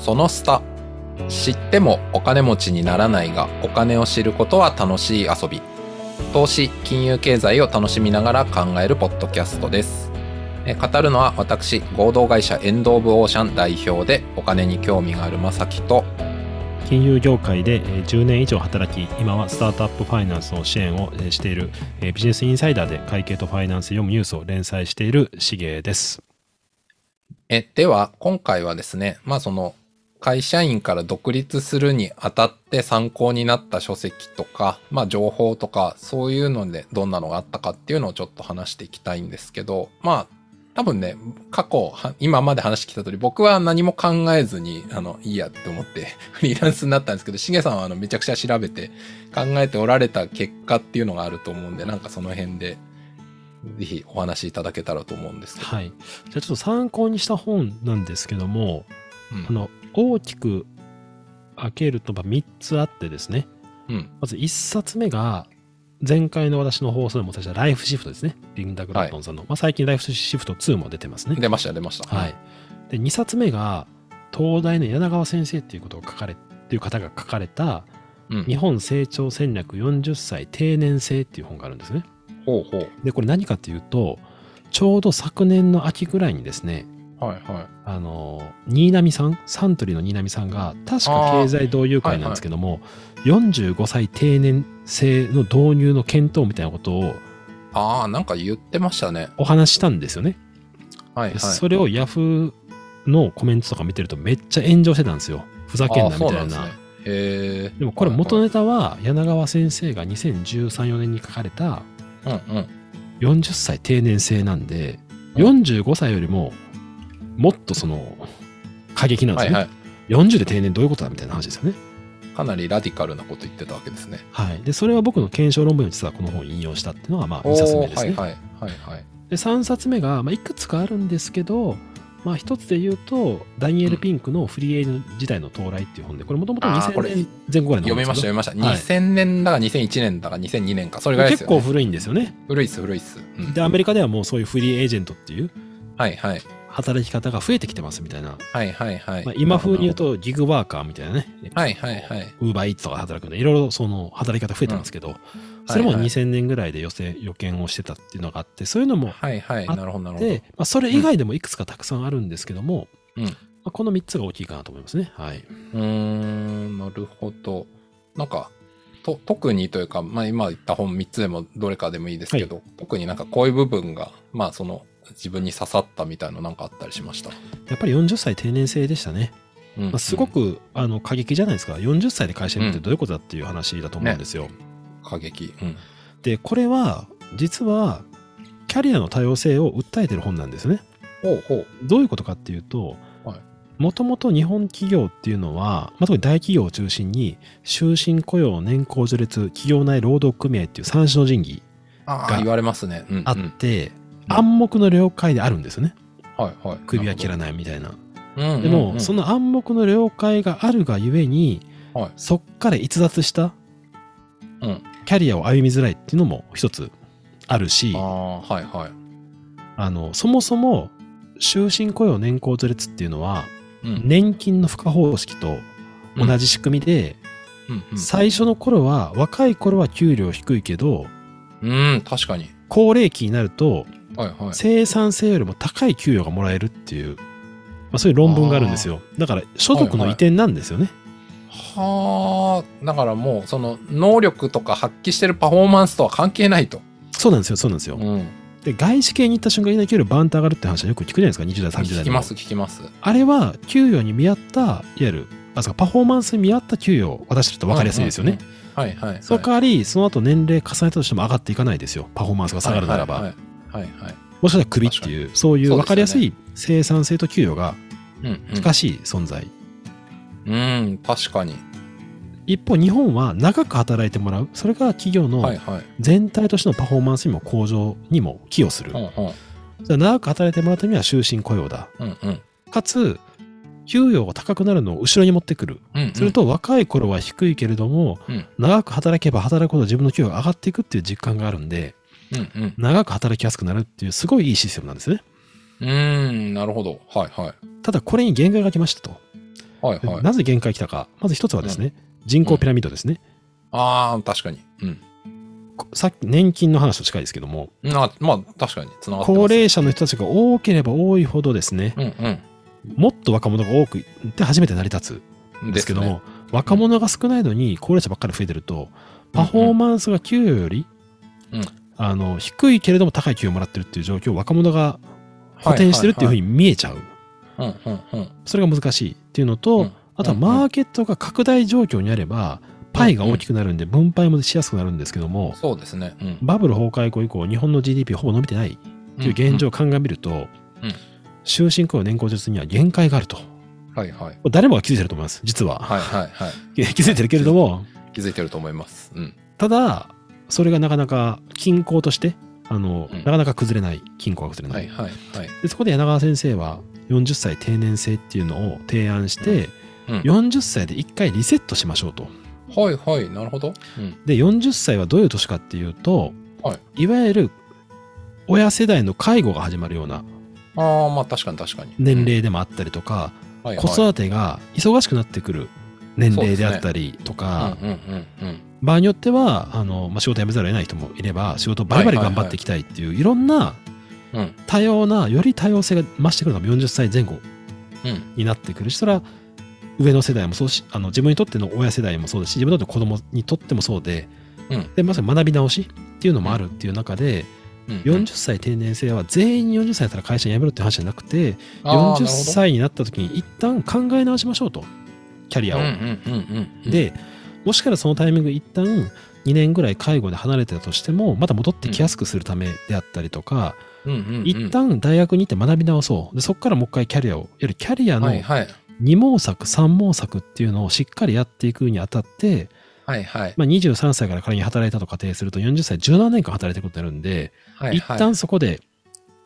そのスタ知ってもお金持ちにならないがお金を知ることは楽しい遊び投資金融経済を楽しみながら考えるポッドキャストですえ語るのは私合同会社エンド・オブ・オーシャン代表でお金に興味があるまさきと金融業界でえー10年以上働き今はスタートアップファイナンスの支援をえーしているえービジネスインサイダーで会計とファイナンス読むニュースを連載しているしげですえでは今回はですねまあその会社員から独立するにあたって参考になった書籍とか、まあ、情報とかそういうのでどんなのがあったかっていうのをちょっと話していきたいんですけどまあ多分ね過去は今まで話してきた通り僕は何も考えずにあのいいやって思って フリーランスになったんですけどしげさんはあのめちゃくちゃ調べて考えておられた結果っていうのがあると思うんでなんかその辺でぜひお話しいただけたらと思うんですけど。はいじゃあちょっと参考にした本なんですけどもうんあの大きく開けると3つあってですねうんまず1冊目が前回の私の放送でもお伝えしたライフシフトですねリンダ・グラットンさんの、まあ、最近ライフシフト2も出 てますね出ました出ました。はい、で2冊目が東大の柳川先生っていうことを書かれっていう方が書かれたうん「日本成長戦略40歳定年制」っていう本があるんですね。ほうほう。でこれ何かというとちょうど昨年の秋ぐらいにですねはいはい。あの新浪さんサントリーの新浪さんが確か経済同友会なんですけども、45歳定年制の導入の検討みたいなことをああ、なんか言ってましたね。お話ししたんですよね。はいはい。でそれをヤフーのコメントとか見てるとめっちゃ炎上してたんですよふざけんあーなみそうたんいですなね。へえ。でもこれ元ね。ネタは柳川先生が2013年に書かれたうんうん。 40歳定年制なんでうん45歳よりももっとその過激なんではいすよね、はい。 40で定年どういうことだみたいな話ですよねかなりラディカルなこと言ってたわけですね。はいでそれは僕の検証論文に実はこの本を引用したっていうのがまあ2冊目ですね、おーはいはいはいはい。で3冊目が、まあ、いくつかあるんですけどまあ一つで言うとダニエル・ピンクの「フリーエイジ時代の到来」っていう本でこれもともとあーこ2000れ年前後ぐらいの読本みですましけた読どみました。はい2000年だか2001年だか2002年か。それぐらいです結よ、ね。構古いんですよね古いっす古いっす。うんでアメリカではもうそういうフリーエージェントっていうはいはい。働き方が増えてきてますみたいな、はいはいはい。まあ、今風に言う。とギグワーカーみたいなねはいはいはい。ウーバーイーツとか働くんでいろいろその働き方増えてますけど、それもはいはい2000年ぐらいで予選予見をしてたっていうのがあってそういうのもあはいはい。あっなるほどなるっほど。て、まあ、それ以外でもいくつかたくさんあるんですけども、うんまあ、この3つが大きいかなと思いますねはい、うーん、なるほど。なんか、と特にというか、まあ、今言った本3つでもどれかでもいいですけど、特になんかこういう部分が、まあ、その自分に刺さったみたいのなんかあったりしました。やっぱり40歳定年制でしたね、うんまあ、すごく、あの過激じゃないですか40歳で会社にってどういうことだっていう話だと思うんですよ、過激。うん。でこれは実はキャリアの多様性を訴えてる本なんですねほうほう。どういうことかっていうとはいもともと日本企業っていうのは、まあ、特に大企業を中心に終身雇用年功序列企業内労働組合っていう三種の神器ああ、が言われますね。うん、うん。あはっいて、うん暗黙の了解であるんですよねはい。首は切らい。ないみたいなうんでも、その、の暗黙の了解があるがゆえに、はいそっから逸脱したうんキャリアを歩みづらいっていうのも一つあるし、ああ、はいはい。あのそもそも終身雇用年功序列っていうのはうん。年金の付加方式と同じ仕組みで、うんうん最初の頃は若い頃は給料低いけどうん、確かに。高齢期になるとはいはい。生産性よりも高い給与がもらえるっていう、まあ、そういう論文があるんですよだから所得の移転なんですよね、はあ、だからもう、その、能力とか発揮してるパフォーマンスとは関係ないと。そうなんですよそうなんですよ、うん。で外資系に行った瞬間に給料バンと上がるって話はよく聞くじゃないですか20代30代の聞きます、聞きます。あれは給与に見合ったいわゆるあそうかパフォーマンスに見合った給与を渡してると分かりやすいですよね、うんうんうん。はいはいはい。その代わりその後年齢重ねたとしても上がっていかないですよパフォーマンスが下がるならば、はいはいはい。はいはいもしかしたら首っていうそういそうですうよね分かりやすい生産性と給与がうん近しい存在、うん、うん、確かに。一方日本は長く働いてもらうそれが企業はのいはい。全体としてのパフォーマンスにも向上にも寄与する、うんじゃあ長く働いてもらうためには終身雇用だうんうんうんかつ給与が高くなるのを後ろに持ってくるうん。すると若い頃は低いけれども、うん長く働けば働くほど自分の給与が上がっていくっていう実感があるんでうんうん。長く働きやすくなるっていうすごいいいシステムなんですねうーん、なるほど。はいはい。ただこれに限界が来ましたとはいではい。なぜ限界来たか、まず一つはですね、人口ピラミッドですね。ああ、確かに。うん。こさっき年金の話と近いですけども、なまあ、確かに、つながってます。高齢者の人たちが多ければ多いほどですね、うんもっと若者が多くいて初めて成り立うつん。んですけども、ね、若者が少ないのに高齢者ばっかり増えてると、パフォーマンスが給与より、うんあの低いけれども高い給与をもらってるっていう状況を若者が補填してるっていうふうに。に見えちゃう、はいはいはいうんうんうん。それが難しいっていうのと、うんあとはうんうんマーケットが拡大状況にあれば、パイが大きくなるんで分配もしやすくなるんですけども、そうですね。うん。バブル崩壊後以降日本の GDP ほぼ伸びてないっていう現状を鑑みると、うん終身雇用年功序列には限界があるとうん。はいはい。誰もが気づいてると思います実は、はいはいはい。気づいてるけれども気づいてると思います。うん。ただそれがなかなか均衡としてあの、うんなかなか崩れない均衡が崩れな、はいいはいはい。でそこで柳川先生は40歳定年制っていうのを提案して、うん。 40歳で1回リセットしましょうとはいはい。なるほど。うん。で40歳はどういう年かっていうと、、はいわゆる親世代の介護が始まるようなああ、まあ確かに確かに。年齢でもあったりとか、うん、はいはい、子育てが忙しくなってくる年齢であったりとか、うんうんうんうん。場合によってはあの、まあ、仕事辞めざるを得ない人もいれば仕事バリバリ頑張っていきたいっていう、いろんなうん多様なより多様性が増してくるのが40歳前後うん。になってくるしそれは上の世代もそうしあの自分にとっての親世代もそうですし自分にとって子供にとってもそうで,、うんでまさに学び直しっていうのもあるっていう中で、うん。 40歳定年制は全員40歳だったら会社辞めろって話じゃなくて、あー40歳になった時に一旦考え直しましょうとキャリアを。なるほどうんうんうんうん。、でもしかしたらそのタイミング一旦2年ぐらい介護で離れてたとしてもまた戻ってきやすくするためであったりとか、うんうんうん、一旦大学に行って学び直そうでそこからもう一回キャリアをいわゆるキャリアのはいはい。二毛作三毛作っていうのをしっかりやっていくにあたって、はいはい。まあ、23歳から仮に働いたと仮定すると40歳17年間働いてることになるんで、はい一はい、旦そこで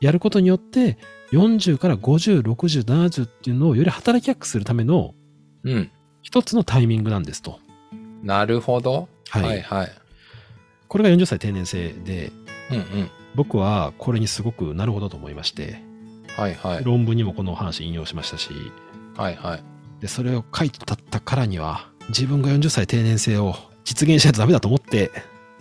やることによって40から506070っていうのをより働きやすくするためのうん。一つのタイミングなんですと。なるほど。はいはいはい。これが40歳定年制でうんうん。僕はこれにすごくなるほどと思いまして、はいはい。論文にもこの話引用しましたしはいはい。でそれを書いてたったからには自分が40歳定年制を実現しないとダメだと思って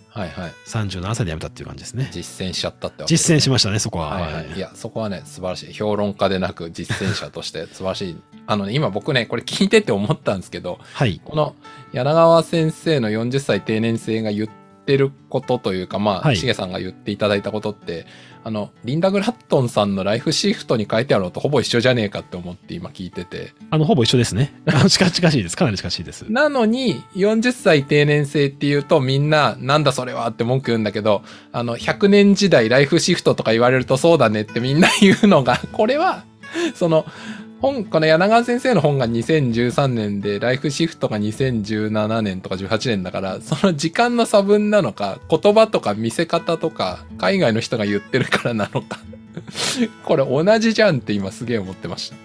はいはい。 37歳で辞めたっていう感じですね実践しちゃったってわけ実践しましたねそこは、はいはい、いやそこはね素晴らしい評論家でなく実践者として素晴らしいあのね今僕ねこれ聞いてて思ったんですけどはいこの柳川先生の40歳定年制が言ってることというかまはあいしげ、さんが言っていただいたことってあのリンダ・グラットンさんの「ライフシフト」に書いてあるのとほぼ一緒じゃねえかって思って今聞いててあのほぼ一緒ですねあの近近しいですかなり近しいですなのに40歳定年制っていうとみんななんだそれはって文句言うんだけどあの100年時代ライフシフトとか言われるとそうだねってみんな言うのが これはその本この柳川先生の本が2013年でライフシフトが2017年とか18年だからその時間の差分なのか言葉とか見せ方とか海外の人が言ってるからなのか これ同じじゃんって今すげえ思ってました。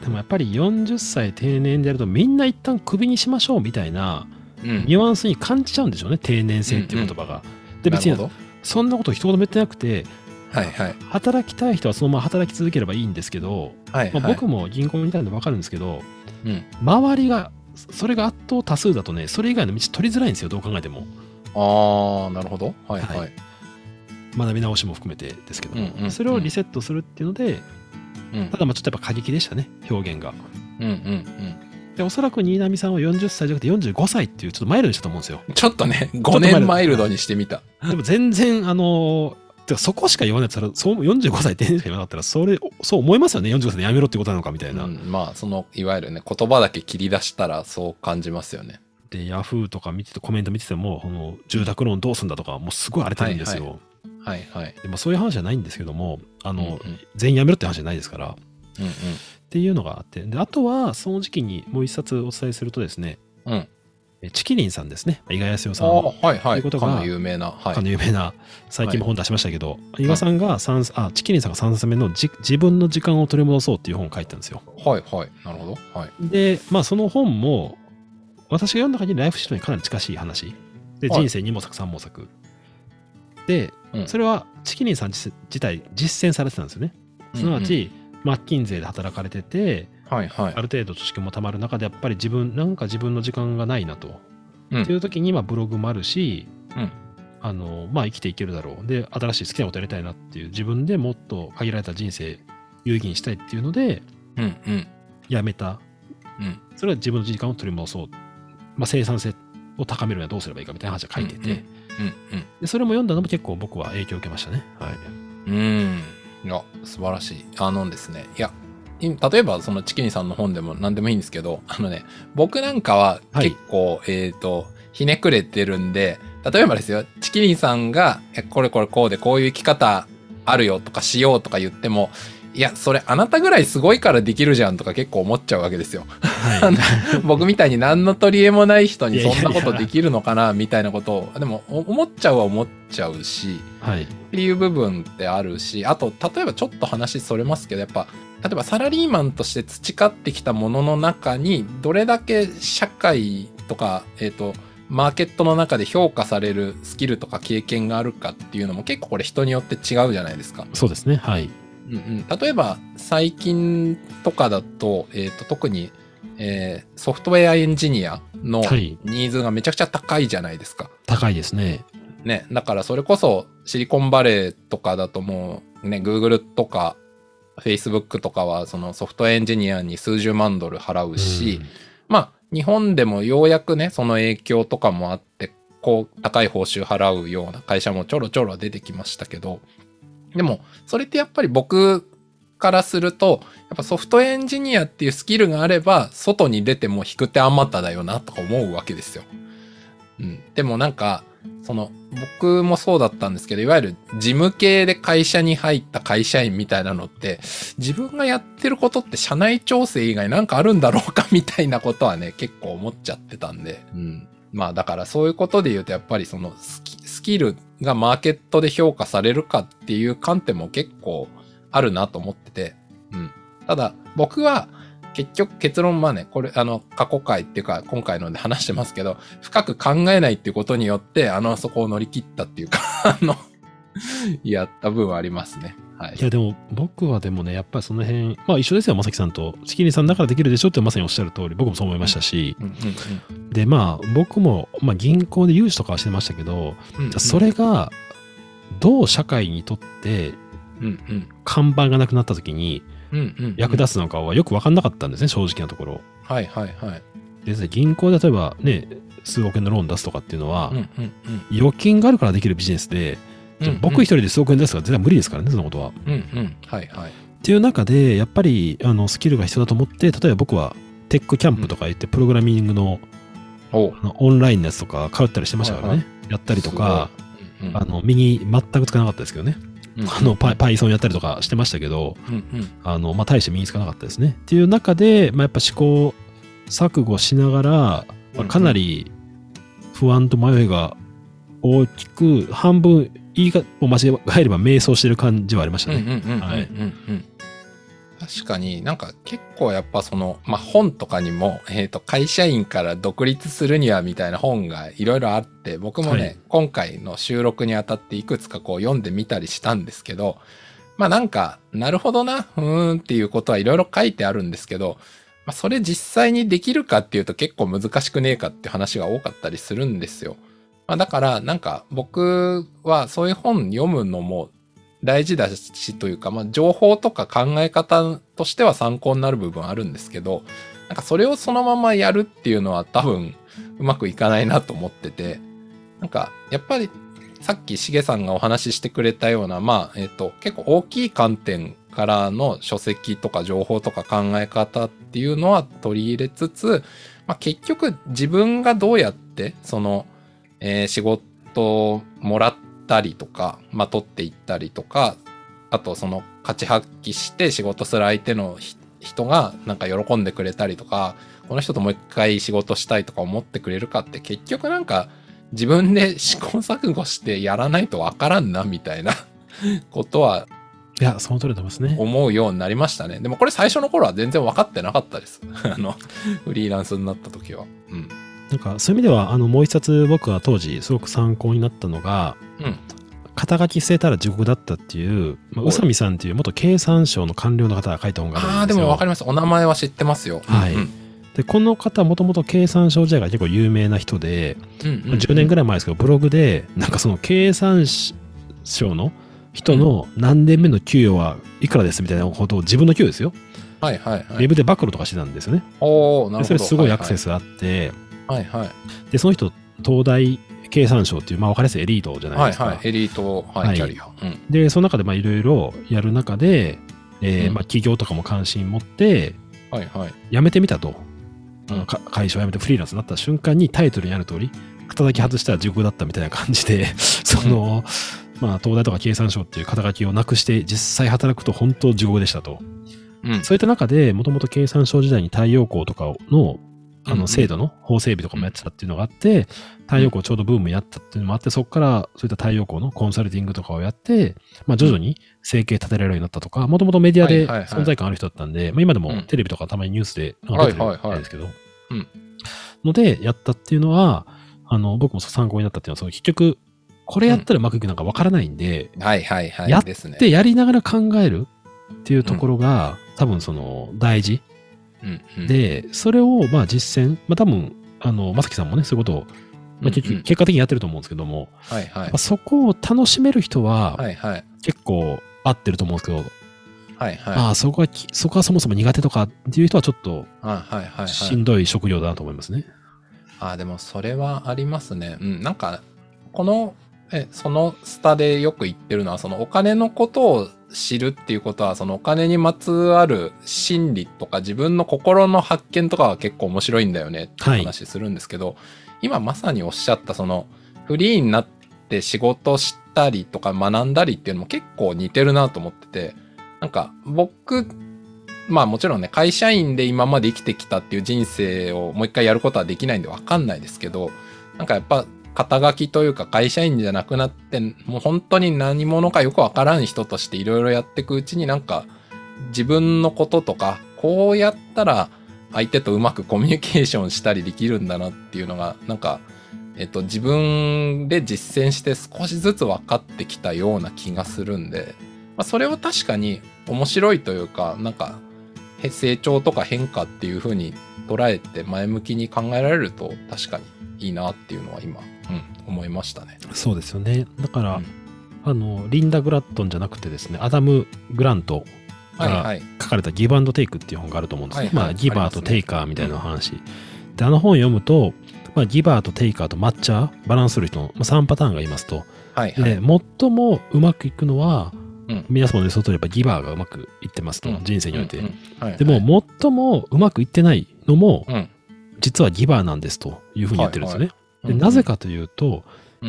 でもやっぱり40歳定年でやるとみんな一旦クビにしましょうみたいなうんニュアンスに感じちゃうんでしょうね定年制っていう言葉が、で別なるにほそんなこと一言も言ってなくてどはいはい働きたい人はそのまま働き続ければいいんですけど、はい、はいまあ、僕も銀行にいたんで分かるんですけど、うん周りがそれが圧倒多数だとねそれ以外の道取りづらいんですよどう考えてもああ、なるほど。はいはい。はい学び直しも含めてですけども、うんうんそれをリセットするっていうのでうんただまあちょっとやっぱ過激でしたね表現がうんうんでおそらく新浪さんは40歳じゃなくて45歳っていうちょっとマイルドにしたと思うんですようん。ちょっとね、と5マイルド年マイルドにしてみた。でも全然あのてかそこしか言わないとしたらそう45歳定年しか言わなかったらそれそう思いますよね45歳でやめろってことなのかみたいな、うんまあ、その、いわゆるね、言葉だけ切り出したらそう感じますよね。でヤフーとか見ててコメント見ててもこの住宅ローンどうすんだとかもうすごい荒れてるんですよ、はいはいはい。でまあ、そういう話じゃないんですけどもあの、うんうん全員やめろって話じゃないですからうっていうのがあってであとはその時期にもう一冊お伝えするとですねんうん。うん。えチキリンさんですね伊賀康代あさんあ、はいはといい。うことかがの有名な。はかのい。有名な最近も本出しましたけど、伊賀さんが三あチキリンさんが3冊目のじ「自分の時間を取り戻そう」っていう本を書いてたんですよはいはい。なるほど。はい。でまあその本も私が読んだ限りライフシートにかなり近しい話ではい人生2毛作3毛作で、うんそれはチキリンさん自自体実践されてたんですよねすなわち、マッキンゼーで働かれてて、はいはいある程度知識もたまる中でやっぱり自分なんか自分の時間がないなと、うんっていう時にまあブログもあるし、うんあのまあ、生きていけるだろうで新しい好きなことやりたいなっていう自分でもっと限られた人生有意義にしたいっていうのでうんうんやめたうんそれは自分の時間を取り戻そう、まあ、生産性を高めるにはどうすればいいかみたいな話を書いてて、うんうんでそれも読んだのも結構僕は影響を受けましたね。はい、うんうんいや素晴らしいあのですねいやい例えばそのチキニさんの本でも何でもいいんですけどあのね僕なんかははい結構、えっ、とひねくれてるんで例えばですよチキニさんがえこれこれこうでこういう生き方あるよとかしようとか言ってもいやそれあなたぐらいすごいからできるじゃんとか結構思っちゃうわけ ですよは 僕みたいに何の取り柄もない人にいやいやそんいやなことできるのかなみたいなことをでもお思っちゃうは思っちゃうしい、はいっていう部分ってあるしあと例えばちょっと話それますけどやっぱ例えばサラリーマンとして培ってきたものの中にどれだけ社会とかえっ、とマーケットの中で評価されるスキルとか経験があるかっていうのも結構これ人によって違うじゃないですか。そうですね。はい。うんうん、例えば最近とかだと,、えー、と特に、えーソフトウェアエンジニアのはい。ニーズがめちゃくちゃ高いじゃないですか。高いですね。ね、だからそれこそシリコンバレーとかだともうね Google とか Facebook とかはそのソフトウェアエンジニアに数十万ドル払うし、うんまあ日本でもようやくねその影響とかもあってこう高い報酬払うような会社もちょろちょろ出てきましたけどでもそれってやっぱり僕からするとやっぱソフトウェアエンジニアっていうスキルがあれば外に出ても引く手あまただよなとか思うわけですよ。うん、でもなんかその僕もそうだったんですけどいわゆる事務系で会社に入った会社員みたいなのって自分がやってることって社内調整以外なんかあるんだろうかみたいなことはね 結構思っちゃってたんで、うん、まあだからそういうことで言うとやっぱりそのスキスキルがマーケットで評価されるかっていう観点も結構あるなと思ってて、うん、ただ僕は結局結論まあねこれあの過去回っていうか今回ので話してますけど深く考えないっていうことによってあのそこを乗り切ったっていうか あのやった分はありますねはいいや、でも僕はでもね、やっぱりその辺、まあ一緒ですよ、まさきさんと。チキリさんだからできるでしょってまさにおっしゃる通り、僕もそう思いましたし、うんうんうで、まあ僕も、まあ、銀行で融資とかはしてましたけど、んうんうんそれがどう社会にとってうんうん看板がなくなった時にうんうんうん役立つのかはよく分かんなかったんですね、正直なところ。はいはいはいで、銀行で例えばね、数億円のローン出すとかっていうのは、うんうんうん預金があるからできるビジネスで、じゃあ僕一人で数億円出すとか絶対無理ですからね、そのことは。うんうんはいはいっていう中でやっぱりあのスキルが必要だと思って例えば僕はテックキャンプとか言ってプログラミングの,、おうあのオンラインのやつとか通ったりしてましたからね、はいはやったりとかすごいうんうんあの右全くつかなかったですけどね、うんあのパイ Python やったりとかしてましたけどうんうんあの、まあ、大して身につかなかったですねっていう中で、まあ、やっぱ試行錯誤しながら、うんまうあ、んかなり不安と迷いが大きく半分言いがを間違えれば迷走してる感じはありましたうんうんね、うんうんはいうんうん確かになんか結構やっぱその、まあ、本とかにも、えー、と会社員から独立するにはみたいな本がいろいろあって僕もね、はい今回の収録にあたっていくつかこう読んでみたりしたんですけどまあなんかなるほどなうーんっていうことはいろいろ書いてあるんですけど、まあ、それ実際にできるかっていうと結構難しくねえかっていう話が多かったりするんですよ。まあ、だからなんか僕はそういう本読むのも大事だしというか、まあ、情報とか考え方としては参考になる部分あるんですけどなんかそれをそのままやるっていうのは多分うまくいかないなと思っててなんかやっぱりさっきしげさんがお話ししてくれたようなまあえっ、と結構大きい観点からの書籍とか情報とか考え方っていうのは取り入れつつ、まあ、結局自分がどうやってその、えー仕事をもらったりとか、まあ、取っていったりとかあとその価値発揮して仕事する相手のひ人がなんか喜んでくれたりとかこの人ともう一回仕事したいとか思ってくれるかって結局なんか自分で試行錯誤してやらないとわからんなみたいな ことはいやその通りだと思いますね思うようになりましたね。でもこれ最初の頃は全然分かってなかったです。 あの、フリーランスになった時は。うん。なんかそういう意味ではあのもう一冊僕が当時すごく参考になったのがうん「語肩書き捨てたら地獄だったっていう、まあ、宇佐美さんっていう元経産省の官僚の方が書いた本があああ、るんでですよ。もわかります。お名前は知ってますよ。はいうんでこの方もともと経産省時代が結構有名な人で、うんまあ10年ぐらい前ですけどブログでなんかその経産省の人の何年目の給与はいくらですみたいなことを自分の給与ですよ、はいはいはウェい。ブで暴露とかしてたんですよねおおなるでほそれど。すごいアクセス。スがあって、はいはい。でその人東大経産省っていう、まあ、分かりやすいエリートじゃないはでいすか、はい。エリート、ははいい、キャリア。うん。でその中でまあいろいろやる中で、えーうんまあ、企業とかも関心持ってはいはい。辞めてみたと、うんか会社を辞めてフリーランスになった瞬間にタイトルにある通り叩き外したら地獄だったみたいな感じで その、まあ、東大とか経産省っていう肩書きをなくして実際働くと本当地獄でしたとうん。そういった中でもともと経産省時代に太陽光とかのあうんうのん制度の法整備とかもやってたっていうのがあって太陽光ちょうどブームやったっていうのもあってそこからそういった太陽光のコンサルティングとかをやって、まあ、徐々に生計立てられるようになったとかもともとメディアではいはいはい存在感ある人だったんで、まあ、今でうもんテレビとかたまにニュースでなんか出てるはいはいはいんですけど、うんのでやったっていうのはあの僕も参考になったっていうのはその結局これやったらうまくいくなんかわからないんで、はいはいはい。やっですね。でやりながら考えるっていうところが、多分その大事うんうん、で、それをまあ実践、まあ多分、あの、まさきさんもね、そういうことを、まあ、結うんう局ん結果的にやってると思うんですけども、はいはまいあ。そこを楽しめる人ははいはい。結構合ってると思うんですけど、はいはい。ああ、そこはき、そこはそもそも苦手とかっていう人はちょっとあはいはいはしい。んどい職業だなと思いますね。あでもそれはありますね。うん。なんか、この、え、そのスタでよく言ってるのは、そのお金のことを知るっていうことは、そのお金にまつわる心理とか自分の心の発見とかは結構面白いんだよねってはい話するんですけど、今まさにおっしゃったそのフリーになって仕事したりとか学んだりっていうのも結構似てるなと思ってて、なんか僕、まあもちろんね、会社員で今まで生きてきたっていう人生をもう一回やることはできないんでわかんないですけど、なんかやっぱ肩書きというか会社員じゃなくなって、もう本当に何者かよくわからん人としていろいろやっていくうちになんか自分のこととか、こうやったら相手とうまくコミュニケーションしたりできるんだなっていうのが、なんか、えっと、自分で実践して少しずつ分かってきたような気がするんで、まあ、それは確かに面白いというか、なんか、へ成長とか変化っていう風に捉えて前向きに考えられると確かにいいなっていうのは今、うん、思いましたね。そうですよね。だから、うんあの、リンダ・グラットンじゃなくてですね、アダム・グラントが、はいはい。書かれたギブアンドテイクっていう本があると思うんですね。はいはいまあ、ギバあーりますとねテイカーみたいな話。で、あの本を読むと、まあ、ギバーとテイカーと抹茶、バランスする人の、まあ、3パターンがいますと。はいはい。で、最もうまくいくのは、うん皆様の予想といえばギバーがうまくいってますと、うん人生において。うんうんはいはいでも、最もうまくいってないのも、うん実はギバーなんですというふうに言ってるんですよね。うんでなぜかというと、うん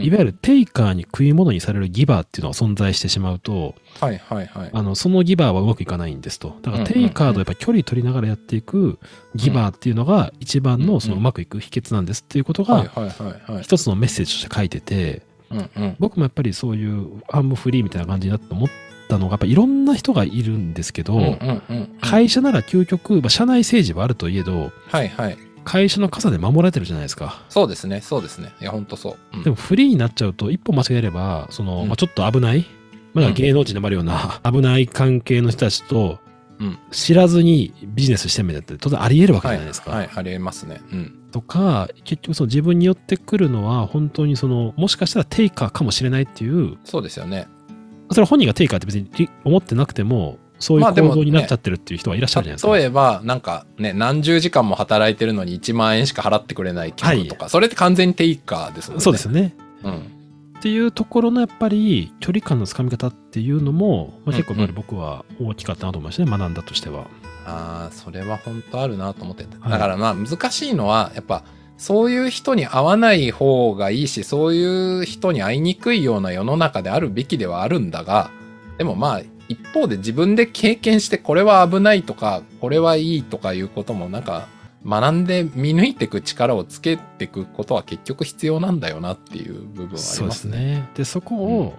いわゆるテイカーに食い物にされるギバーっていうのが存在してしまうと、はいはいはい。あのそのギバーはうまくいかないんですと。だうんうんからうんテイカーとやっぱ距離取りながらやっていくギバーっていうのが一う番んうのんそのうまくいく秘訣なんですっていうことはいがはいはいはい。一つのメッセージとして書いてて、うんうん。僕もやっぱりそういうアームフリーみたいな感じだと思ったのが、やっぱいろんな人がいるんですけど、うんうんうん会社なら究極、まあ、社内政治はあるといえど、はいはい。会社の傘で守られてるじゃないですか。そうですね、そうですね。いや、ほんとそう。うんでもフリーになっちゃうと一歩間違えれば、その、うんまあ、ちょっと危ない、まあ、だから芸能人でもあるよ うな、危ない関係の人たちとうん、知らずにビジネスしてみたって当然あり得るわけじはゃいないですか。はい、ありえますね。うん。とか、結局その自分によってくるのは、本当にその、もしかしたらテイカーかもしれないっていう、そうですよね。それは本人がテイカーって別にり思ってなくても、そういうまあでも行動になっちゃってるっていう人はいらっしゃるじゃないですか。例えば、なんかね、何十時間も働いてるのに1万円しか払ってくれない客とか、それって完全にテイカーですもんね。そうです。よね。うん。っていうところのやっぱり距離感のつかみ方っていうのも、まあ、結構やっぱり僕は大きかったなと思いましたね、学んだとしては。ああ、それは本当あるなと思ってて。はいだからまあ、難しいのは、やっぱ、そういう人に会わない方がいいし、そういう人に会いにくいような世の中であるべきではあるんだが、でもまあ、一方で自分で経験して、これは危ないとか、これはいいとかいうことも、なんか、学んで見抜いていく力をつけていくことは結局必要なんだよなっていう部分はありますそね。うですね。で、そこを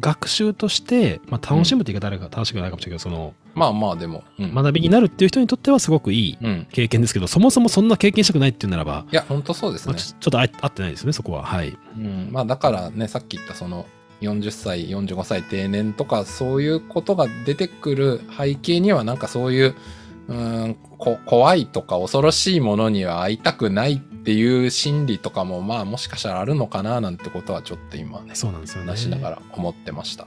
学習として、まあ、楽しむって言い方は正しくはないかもしれないけど、そのまあまあ、でも。うん。学びになるっていう人にとってはすごくいいうん。経験ですけど、そもそもそんな経験したくないっていうならば、いや、本当そうですまあね。ちょちょっとあ合ってないですよね、そこは。はい。うん、まあだからねさっき言ったその40歳45歳定年とかそういうことが出てくる背景にはなんかそういううーんこ怖いとか恐ろしいものには会いたくないっていう心理とかもまあもしかしたらあるのかななんてことはちょっと今ねそうなんですよね。話しながら思ってました。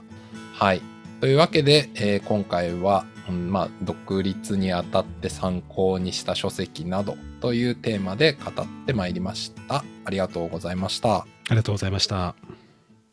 はい。というわけで、えー今回は、うんまあ、独立にあたって参考にした書籍などというテーマで語ってまいりました。ありがとうございました。ありがとうございました。